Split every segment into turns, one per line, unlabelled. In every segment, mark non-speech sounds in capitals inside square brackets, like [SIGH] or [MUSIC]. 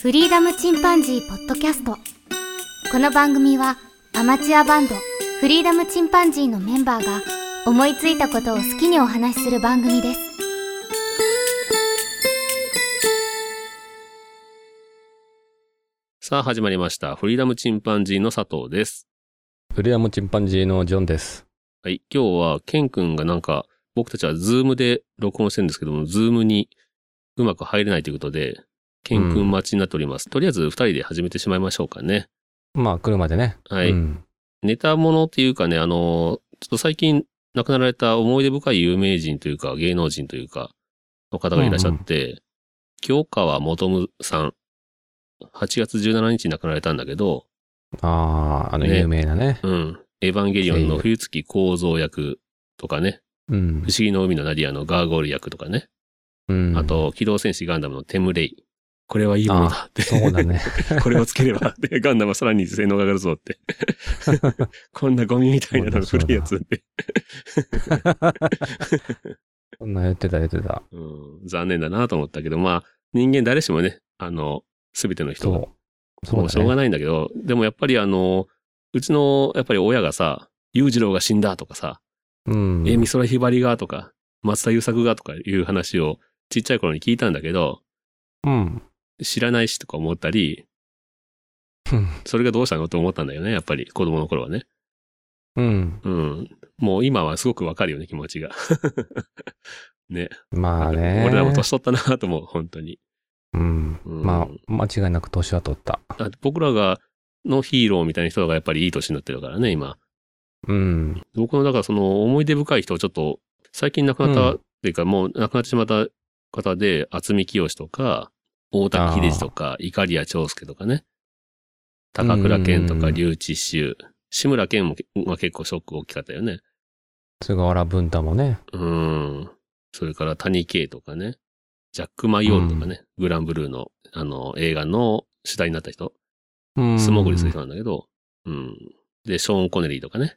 フリーダムチンパンジーポッドキャストこの番組はアマチュアバンドフリーダムチンパンジーのメンバーが思いついたことを好きにお話しする番組です
さあ始まりました。フリーダムチンパンジーの佐藤です。
フリアムチンパンジーのジョンです。
はい。今日は、ケン君がなんか、僕たちはズームで録音してるんですけども、ズームにうまく入れないということで、ケン君待ちになっております。とりあえず二人で始めてしまいましょうかね。
まあ、車でね。
はい。
うん
ネタものっていうかね、あの、ちょっと最近亡くなられた思い出深い有名人というか、芸能人というか、の方がいらっしゃって、京川元夢さん、8月17日に亡くなられたんだけど、
ああ、あの、
ね
有名なね。
うん。エヴァンゲリオンの冬月構造役とかね、
うん
不。思議の海のナディアのガーゴール役とかね、
うん
あ、と、機動戦士ガンダムのテムレイ。これはいいものだって。
そうだね。
これをつければ [LAUGHS] って、ガンダムはさらに性能が上がるぞ [LAUGHS] って。こんなゴミみたいなのが古いやつって。
そんな言ってた言ってた。
うん、残念だなと思ったけど、まあ、人間誰しもね、あの、すべての人が
そう。そう
もうしょうが
ない。
ないんだけど、でもやっぱりあの、うちの、やっぱり親がさ、裕次郎が死んだとかさ、
うん。
え、美空ひばりがとか、松田優作がとかいう話をちっちゃい頃に聞いたんだけど、
うん。 [LAUGHS]
知らないしとか思ったり、
うん
それがどうしたのと思ったんだよね、やっぱり子供の頃はね。
うん。
うん。もう今はすごくわかるよね、気持ちが。ね。
まあね。
[LAUGHS] 俺らも年取ったなと思う、本当に。
うん。
うん
まあ、間違いなく年は取った。
だって僕らが、のヒーローみたいな人がやっぱりいい年になってるからね、今。
うん。
僕の、だからその思い出深い人をちょっと、最近亡くなった、
うん
っていうかもう亡くなってしまった方で、渥美清とか、大竹秀治とか、いかりや長介とかね、高倉健と
うんうんう
か、
ん
龍智秀、志村健も、まあ、結構ショック大きかったよね。
菅原文太もね。
うん。それから谷圭とかね、ジャック・マイオールとかね、グランブルーの、あの、映画の主題になった人、
うん。
素潜りする人なんだけど、うん。で、ショーン・コネリーとかね。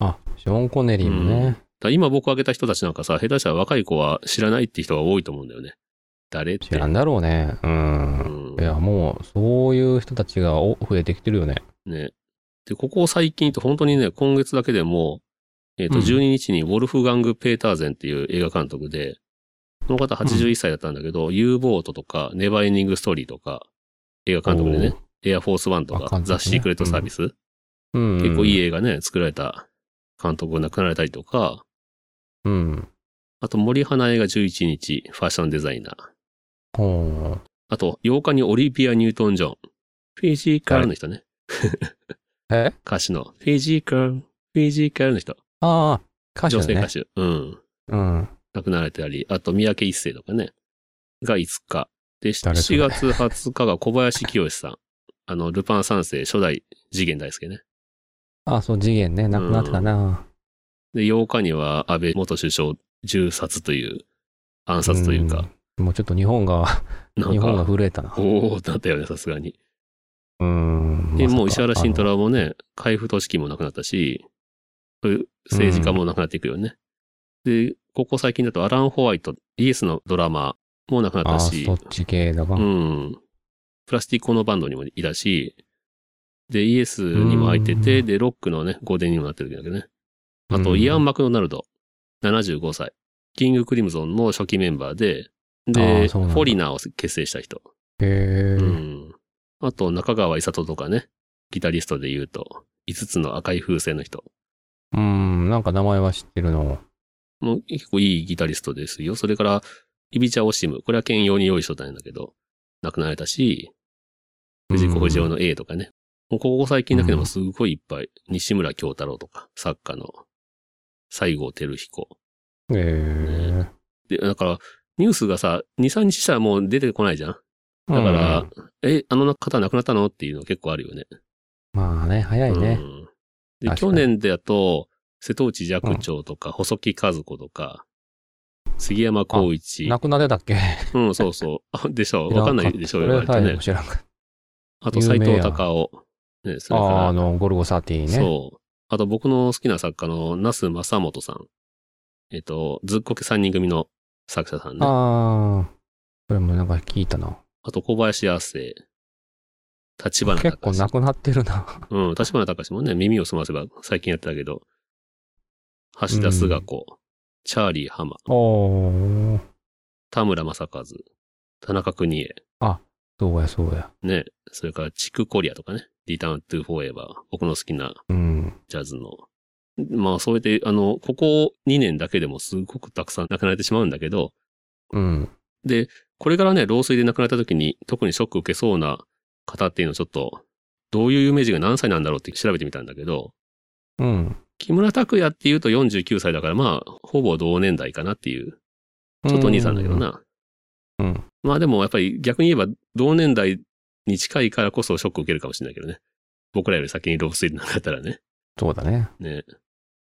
あ、ショーン・コネリーもね。
だから今僕挙げた人たちなんかさ、下手したら若い子は知らないって人が多いと思うんだよね。誰って。
知らんだろうね。うん。
うん
いや、もう、そういう人たちがお増えてきてるよね。
ね。で、ここ最近と本当にね、今月だけでも、えっ、と、
うん
12日にウォルフガング・ペーターゼンっていう映画監督で、この方81歳だったんだけど、U ボートとか、ネバーエンディング・ストーリーとか、映画監督でね、エアフォース・ワンと
あ
か
監、督
ザ・
ね
シークレット・サービス、
おー。うん。
結構いい。映画ね、作られた監督が亡くなられたりとか、
うん。
あと森花映画11日、ファッションデザイナー。
ほう。
あと、8日にオリビア・ニュートン・ジョン。フィジカルの人ね。
え
歌手の。フィジカル、フィジカルの人。
ああ、歌手
女
だ
性
ね。
歌手。うん。
うん。
亡くなられたり、あと、三宅一生とかね。が5日。で、
誰そ
7
れ
月20日が小林清さん。あの、ルパン三世、初代次元大輔ね。
ああ、そう、次元ね、なくなってたな。
で、8日には安倍元首相銃殺という、暗殺というか、
うん。もうちょっと日本が、
なん
日本が
か、
震えたな。
おおだったよね、さすがに。
うん。
で、
まさか
もう石原慎太。郎もね、海部俊樹も亡くなったし、そういう政治家も亡くなっていくよね。で、ここ最近だとアラン・ホワイト、イエスのドラマーも亡くなっ
あのあ
た
ー、
し
そ、っち系だが。
うん。プラスティックのバンドにもいたし、で、イエスにも空いてて、
うん
で、ロックのね、ゴーデンにもなってるんだけどね。あと、
うん
イアン・マクドナルド、75歳。キング・クリムゾンの初期メンバーで、
あ
で、
ー
フ
そうなんだ
ォリナーを結成した人。
へ
う
え。
ん。あと、中川伊里とかね、ギタリストで言うと、5つの赤い風船の人。
うん、なんか名前は知ってるの。
もう結構いいギタリストですよ。それから、イビチャ・オシム。これは兼用に用意しとったんだけど、亡くなられたし、藤子不二雄の A とかね。もうここ最近だけでもすごいいっぱい。西村京太郎とか、作家の西郷輝彦。
へえ。
で、だから、ニュースがさ、2、3日したらもう出てこないじゃん。だ
だ
から、、え、あの方亡くなったのっていうの結構あるよね。
まあね、早いね
う。んで、
確か
去
に
年だと、瀬戸内寂聴とか、細木和子とか、杉山浩一
亡。くなってたっけ
うん、そうそうあ。でしょう。わかんないでしょうよ、
知らんかったそれ
割とね。
さえも知らんかっ
あと、
有
斎
名
藤
や
隆夫。ね、そ
た。
れ
ああ、
か
あ
ら、
の、ゴルゴ13ね。
そう。あと、僕の好きな作家の、那須正元さん。えっと、ずっこけ三人組の作者さんね。あ
ああ、これもなんか聞いたな。
と、小林亜生。立花
結構
隆
なくなってるな。
うん、立花隆もね、耳を澄ませば最近やってたけど、橋田壽賀子、チャーリー浜、
おー。
田村正和、田中邦衛、
そうや、そうや。
ね、それからチクコリアとかね、リターントゥフォーエバー、僕の好きな
うん。
ジャズの。まあ、そうやって、あの、ここ2年だけでもすごくたくさん亡くなれてしまうんだけど、
うん。
で、これからね、老衰で亡くなった時に特にショック受けそうな方っていうのをちょっと、どういう有名人が何歳なんだろうって調べてみたんだけど、
うん。
木村拓哉っていうと49歳だから、まあ、ほぼ同年代かなっていう、ちょっとお兄さんだけどな。
うん。
まあでもやっぱり逆に言えば同年代に近いからこそショック受けるかもしれないけどね。僕らより先に老衰になったらね。
そうだね。
ね。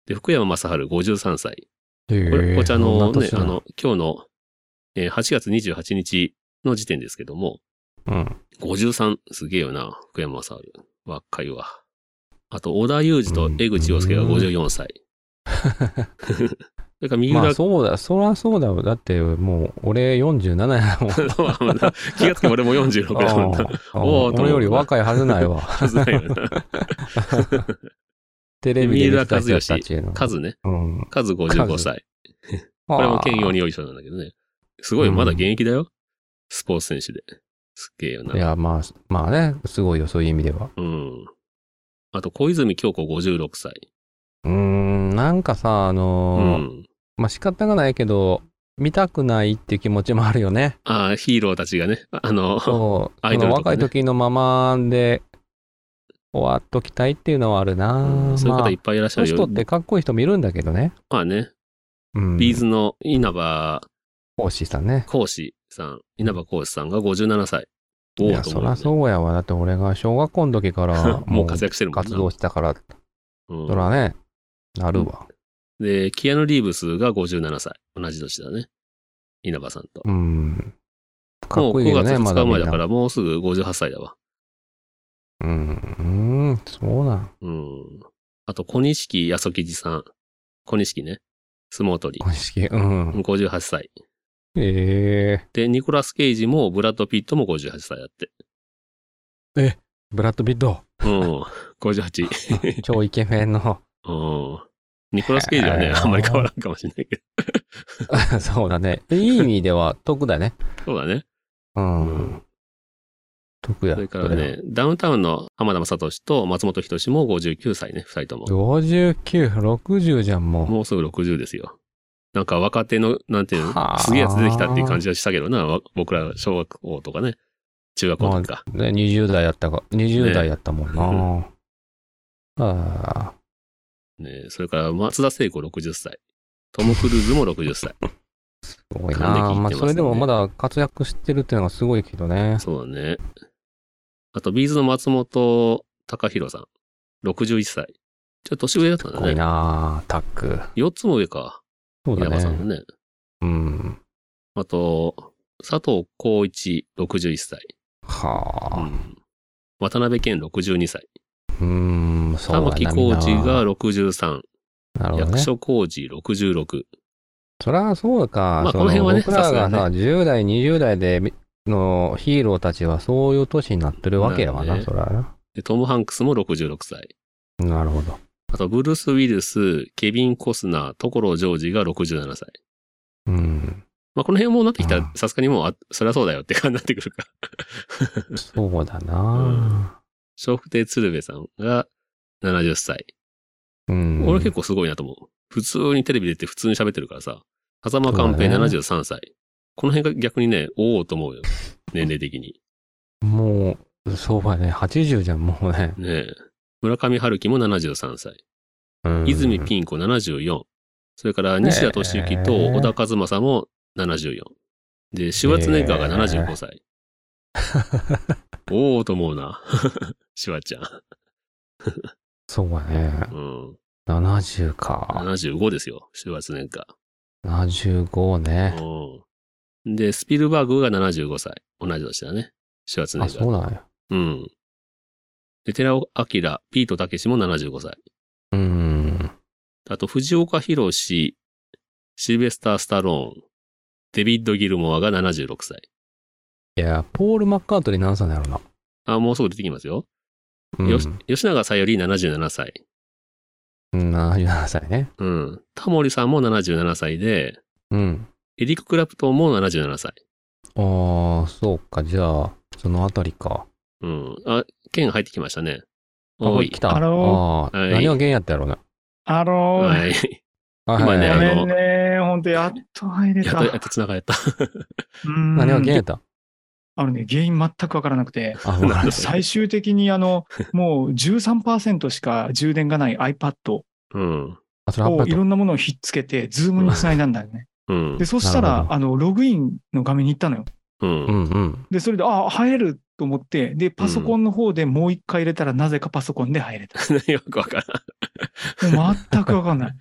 で、福山雅治53歳。
へ
これ、
ー
こちらの
そんな
ね、
年
あ
な
の、今日の、えー8月28日の時点ですけども、
うん。
53、すげえよな、福山雅治。若いわ。あと、小田裕二と江口洋介が54歳。[LAUGHS]
[LAUGHS]
それから三
まあ
浦、
そうだ、そらそうだよ。だってもう俺47やもん。
気がつけば俺も46だもんな。
ああ
おーと思う
俺より若いはず
[LAUGHS]
ないわ。
はずないよな。
テレビで見た人たちの。
数ね。
うん。
数55歳。これも兼用によいしょなんだけどね。すごい、
うん
まだ現役だよ。スポーツ選手で。すっげえよ
い
な。
や、まあ、まあね、すごいよ、そういう意味では。
うん。あと、小泉京子56歳。
うーん、なんかさ、あ
う
のー
ん。
まあ仕方がないけど、見たくないっていう気持ちもあるよね。
ああ、ヒーローたちがね、あの、
そう。
アイドル
その
とか
若
ね
い時のままで終わっときたいっていうのはあるな、
うんそういう
ま
方
あ
いっ、ぱいいらっしゃ
そう
る
いう
よ。
人ってかっこいい人もいるんだけどね。
まあね、
うん。
ビーズの稲葉
講師さんね。
講師さん、稲葉講師さんが57歳。
い
おお
や、
と思
そ
うよ
ら
ね。
そうやわ。だって俺が小学校の時から
[LAUGHS] もう活躍してるもんな
活動してたから、
うん
そらね、なるわ。
で、キアヌ・リーブスが57歳。同じ年だね。稲葉さんと。
うん。かっこいい
も
よ
う9月
ね、ま
2日
だみん
前
な
だから、もうすぐ58歳だわ。
うん、うん、そうなん。
うん。あと、小錦康吉さん。小錦ね。相撲取り。
公式、うん。
58歳。
ええ
で、ニコラス・ケイジも、ブラッド・ピットも58歳だって。
ブラッド・ピット、
うん。58。
超イケメンの、 [LAUGHS]
うん。ニコラス・ケイジはね、
へー
あんまり変わらんかもしれないけど。
そうだね。いい意味では得だね。
そうだね。
う
うん
ん。得や。
それからね、ダウンタウンの浜田雅俊と松本人志も59歳ね、二人とも
それ。は。59、60じゃん、もう。
もうすぐ60ですよ。なんか若手の、なんていう
は
の、
あ
すげえやつ出てきたっていう感じはしたけどな、わ僕ら小学校とかね、中学校の時か。
ね、20代やったか、20代やったもんな。
ね
[LAUGHS] ああ。
ね、それから松田聖子60歳。トム・クルーズも60歳。
[LAUGHS] すごい
還暦いって
な。
ますね
まあ、それでもまだ活躍してるっていうのがすごいけどね。
そうだね。あと、ビーズの松本隆弘さん。61歳。ちょっと年上だったん
す
だ
ごい
ね。
な、タック。
4つも上か。
そう
稲
だ
葉さん
ね。
のね。
うん。
あと、佐藤浩一、61歳。う
はあ。
ん渡辺健62歳。
うん、そうだ
玉
な
木浩
み
二
んな
が63。
なるほど
役
ね。
所工事66。
そりゃそうか。
まあ
そ
この辺はね
僕ら
さ
が
すが
さ、10代、20代でみのヒーローたちはそういう年になってるわけやわ
な
な、
るね
そりゃな。
で、トム・ハンクスも66歳。
なるほど。
あと、ブルース・ウィルス、ケビン・コスナー、所ジョージが67歳。
うん。
まあ、この辺もうなってきたら
う、
さすがにもう、あ、そりゃそうだよって感じになってくる [LAUGHS] か。
そうだな。
笑福亭鶴瓶さんが70歳。
うん。
俺結構すごいなと思う。普通にテレビ出て普通に喋ってるからさ。風間寛平
そうだね
73歳。この辺が逆にね、おおと思うよ。年齢的に。
もう、そうだね。80じゃん、もうね。
ねえ。村上春樹も73歳。
うん
泉ピン子74。それから西田敏行と小田和正も74。で、シュワルツェネッガーが75歳。おおと思うな。 [LAUGHS] シュワちゃん。
そうだね。
うん。
70か。
75ですよ。シュワルツェネッガ
75ね。
ー。うん。で、スピルバーグが75歳。同じ年だね。シュワルツェネ
あ、
ッガ
そ
ー。
うなんや。
うん。で、寺尾明、ピートたけしも75歳。
うん。
あと、藤岡博シルベスター・スタローン、デビッド・ギルモアが76歳。
いや、ポール・マッカートリー何歳なんやろな。
あ、もうすぐ出てきますよ。
うん
よし吉永さより77歳。
うん、77歳ね。
うん。タモリさんも77歳で、
うん。
エリック・クラプトンも77歳。
ああ、そうか。じゃあ、そのあたりか。
うん。あ、剣入ってきましたね。
あ
多い。
来た。
あの
ああ、
はい
何が原因やったやろうな。
あの
は
ー、
い。
あ
今ね
ご
あの
はい
めんね、ほんと、やっと入れ
やったと、。やっと繋がった。
うん
何が原因やった
あのね、原因全くわからなくて、
あ、ほら
なんだ
最終的にあ
[LAUGHS]
の、もう13%しか充電がない iPad を
うん。
あ、それアップ
いろんなものをひっつけて、ズームにつないだんだよね。
うん
で、。そし
な
た
る
ら
ほ、ど
あの、ログインの画面に行ったのよ。
う
うん
ん。
うん。
で、それで、あ、入れると思って、で、パソコンの方でもう一回入れたら、なぜかパソコンで入れた。
[LAUGHS] よくわからん。
もう全くわか
[LAUGHS]
んない。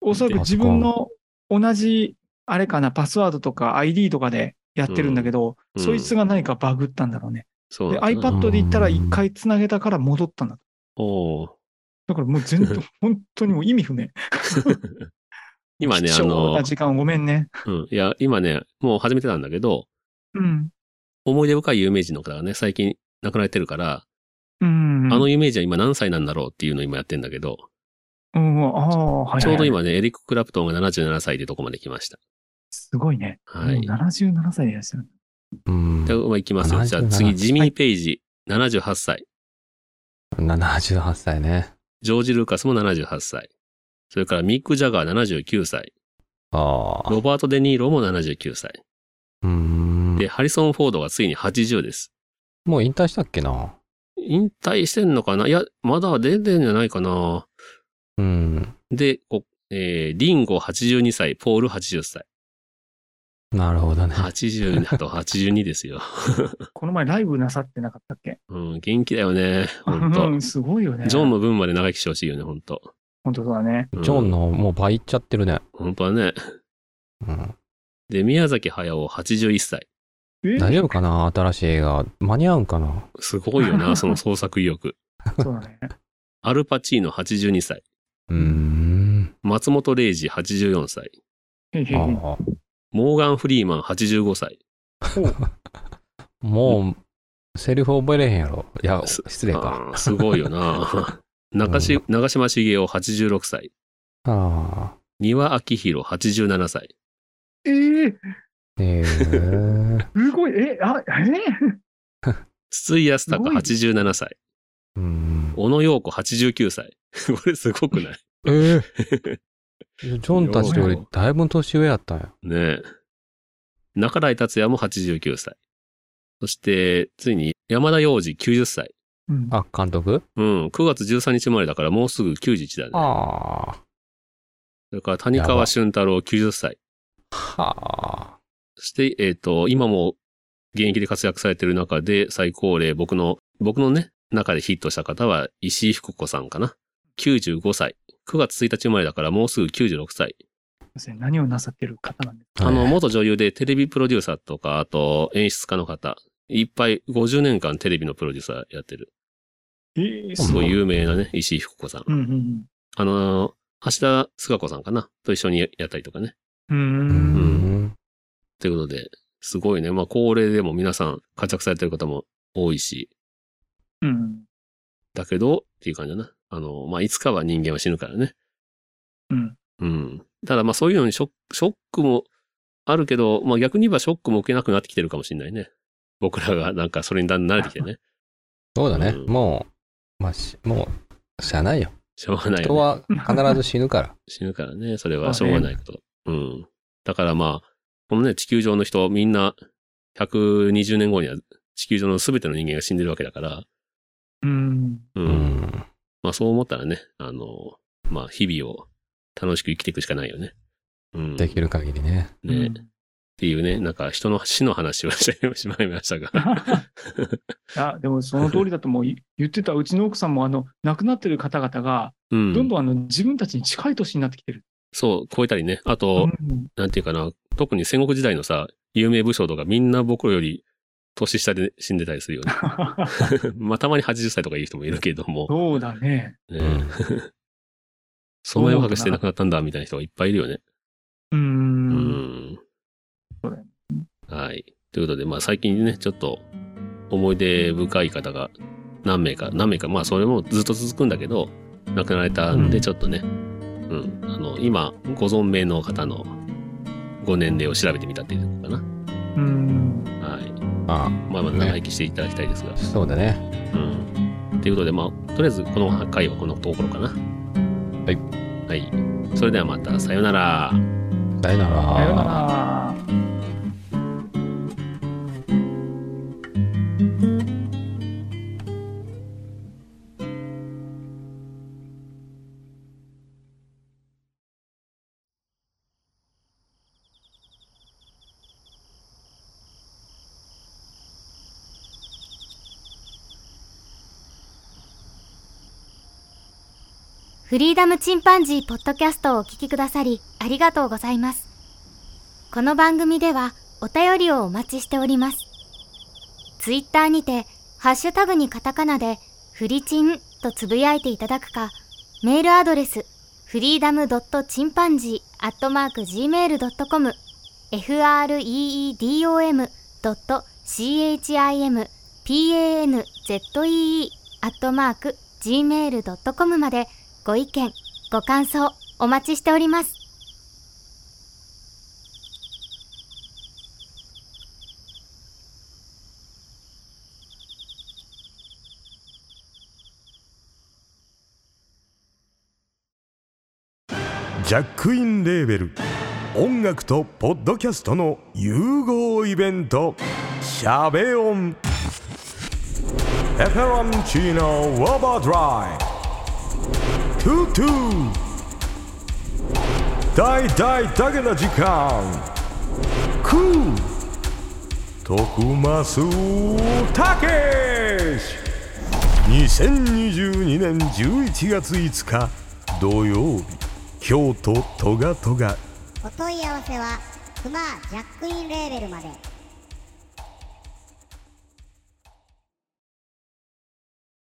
おそらく自分の同じ、あれかな、パスワードとか ID とかでやってるんだけど、
うん
そいつが何かバグったんだろうね。
そう
で、
なんだな。
iPad で行ったら一回つなげたから戻ったんだ。
おー
だからもう全
[LAUGHS]
然、本当にもう意味不明。
今ね、
貴
あ
重
の
な、時間をごめんね。
うん。いや、今ね、もう始めてたんだけど、
うん。
思い出深い有名人の方がね、最近亡くなってるから、
うん。
あの有名人は今何歳なんだろうっていうのを今やってんだけど、
うん、ああ、はいはい。
ちょうど。今ね、エリック・クラプトンが77歳でどこまで来ました。
すごいね。
はい
もう77歳でいらっしゃる。
うん
じゃあ、まあ、いきますよ。じゃあ次、
77
ジミー・ペイジ、78歳。
78歳ね。
ジョージ・ルーカスも78歳。それからミック・ジャガー79歳。
ああ。
ロバート・デ・ニーロも79歳。
うん
で、。ハリソン・フォードがついに80です。
もう引退したっけな。
引退してんのかないや、まだ出てんじゃないかな
うん。
で、こえーリンゴ82歳、ポール80歳。
なるほどね。
80、あと82ですよ。
この前ライブなさってなかったっけ
うん、元気だよね。ほん
[LAUGHS]
う
と。
ん、すごいよね。
ジョンの分まで長生きしてほしいよね、ほんと。
本当そうだね。
うん
ジョン。のもう倍いっちゃってるね。
ほんとだね。
うん、
で、宮崎駿81歳。
え
大丈夫かな新しい映画。間に合うんかな
すごいよ
[LAUGHS]
な、その創作意欲。
そうだね。
アルパチーノ82歳。
うーん。
松本零士84歳。
へいへい
あ
へい
あ
モーガン・フリーマン85歳。
もう、セリフ覚えれへんやろ。いや、
す
失礼か。
あーすごいよ
[LAUGHS]
な。中し長島茂雄86歳。
ああ。
三輪明宏87歳。
えー、
ええ
すごい、え、あ、え
筒井康
すご
隆
い
87歳。
うん。
小野陽子89歳。 [LAUGHS] これすごくない
ええジョンたちよりだいぶ年上やったんや。
ねえ。中来達也も89歳。そして、ついに山田洋次90歳。
うん、
あ、監督
うん、9月13日生まれだからもうすぐ91だね。
ああ。
それから谷川俊太郎90歳。
はあ。
そして、えっ、と、今も現役で活躍されてる中で最高齢、僕の、僕のね、中でヒットした方は石井福子さんかな。95歳。9月1日生まれだからもうすぐ96歳。
ですね何をなさってる方なんです
あの、
はい
元女優でテレビプロデューサーとか、あと演出家の方。いっぱい50年間テレビのプロデューサーやってる。
かえー、
す
す
ご
ごい
い有名なね、石井福子さん。
うんうん
あの、橋田壽賀子さんかなと一緒にやったりとかね。
うん。う
う
ーん。
ん。
ということで、すごいね。まあ、高齢でも皆さん活躍されてる方も多いし、
うん。
だけど、っていう感じだな。あの、まあ、いつかは人間は死ぬからね。
うん。
うん。ただまあそういうのにショック、ショックもあるけど、まあ逆に言えばショックも受けなくなってきてるかもしれないね。僕らがなんかそれにだんだん慣れてきて
[LAUGHS]
ね。
そうだね。
うん
もう、まあ、し、もう、しゃあないよ。
しょうがないよね、
人は必ず死ぬから。
死ぬからね、それはしょうがないこと。うん。だからまあ、このね、地球上の人、みんな、120年後には地球上の全ての人間が死んでるわけだから、
うん。
うん。
うん。
まあそう思ったらね、あの、まあ日々を楽しく生きていくしかないよね。うん。
できる限りね。
ね、っていうね、なんか人の死の話をしてしまいましたが。
あでもその通りだともうい言ってたうちの奥さんもあの [LAUGHS] 亡くなってる方々が
うん。
どんどんあの自分たちに近い年になってきてる。
そう、超えたりね。あと、
うん [LAUGHS]
なんていうかな、特に戦国時代のさ、有名武将とかみんな僕より年下で死んでたりするよね。まあたまに80歳とかいう人もいるけども、
そうだね。
ね
うん
その絵をかけして亡くなったんだみたいな人がいっぱいいるよね。う
う。
んん
そうだよ。
はい。ということで、まあ最近ね、ちょっと思い出深い方が何名か、何名か、まあそれもずっと続くんだけど、亡くなられたん
う
で、
ん
ちょっとね、うん、あの、今、ご存命の方のご年齢を調べてみたっていうのかな。
うん。
はい。
まあ、
まあまあ
ね
長生きしていただきたいですが。
そうだね。
うん。ということで、まあ、とりあえずこの回はこのところかな。
い
はい。それではまた、さよなら。
さよなら。
さようなら。
フリーダムチンパンジーポッドキャストをお聞きくださりありがとうございます。この番組ではお便りをお待ちしております。ツイッターにて、ハッシュタグにカタカナで、フリチンとつぶやいていただくか、メールアドレス、フリーダムドットチンパンジーアットマーク Gmail.com、freedom ドット chimpanzee アットマーク Gmail.com まで、ご意見、ご感想、お待ちしております。
ジャックインレーベル音楽とポッドキャストの融合イベント「シャベオン」「エフェロンチーノウォーバードライ」「トゥトゥ」「大大だけな時間」「クー」「徳マスたけし」2022年11月5日土曜日京都トガトガ
お問い合わせはクマージャックインレーベルまで